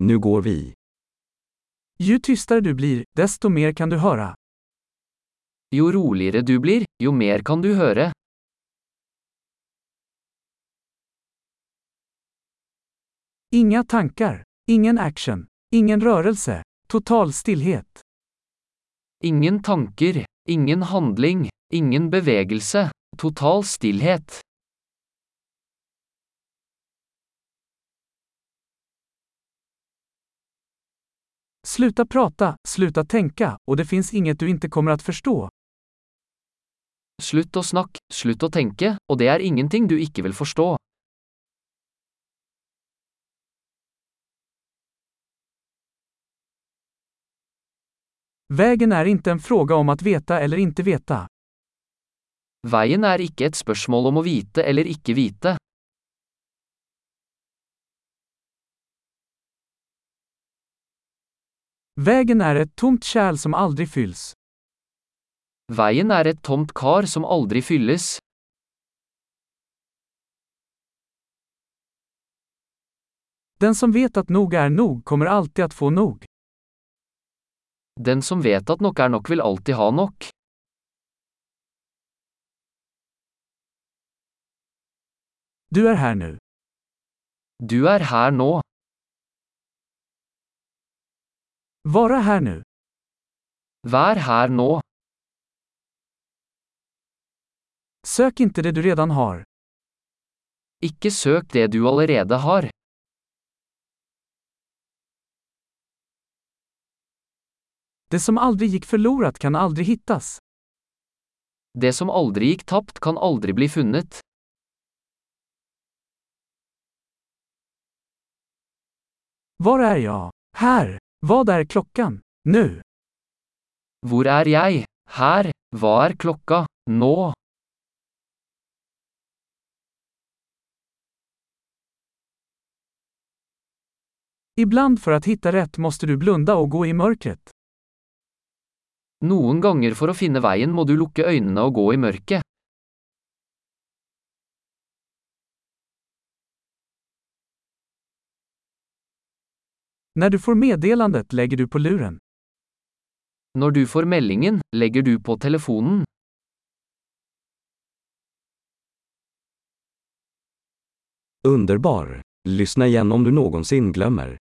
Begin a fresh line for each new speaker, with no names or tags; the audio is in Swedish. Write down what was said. Nu går vi.
Ju tystare du blir, desto mer kan du höra.
Jo roligere du blir, jo mer kan du høre.
Inga tankar, ingen action, ingen rörelse, total stillhet.
Ingen tanker, ingen handling, ingen bevegelse, total stillhet.
Sluta prata, sluta tänka, och det finns inget du inte kommer att förstå.
Slutt å snakke, slutt å tenke, og det er ingenting du ikke vil forstå.
Vägen är inte en fråga om att veta eller inte veta.
Veien er ikke et spørsmål om å vite eller ikke vite.
Vägen är ett tomt kärl som aldrig fylls.
Veien er et tomt kar som aldri fylles.
Den som vet att nog är nog kommer alltid att få nog.
Den som vet at nok er nok, vil alltid ha nok.
Du är här nu.
Du er her nå.
Vara här nu.
Vær her nå.
Sök inte det du redan har.
Ikke søk det du allerede har.
Det som aldrig gick förlorat kan aldrig hittas.
Det som aldri gikk tapt, kan aldri bli funnet.
Var är jag? Här. Vad är klockan? Nu.
Hvor er jeg? Her. Hva er klokka? Nå.
Ibland för att hitta rätt måste du blunda och gå i mörkret.
Noen ganger for å finne veien må du lukke øynene og gå i mørket.
När du får meddelandet lägger du på luren.
Når du får meldingen, legger du på telefonen.
Underbar! Lyssna igen om du någonsin glömmer.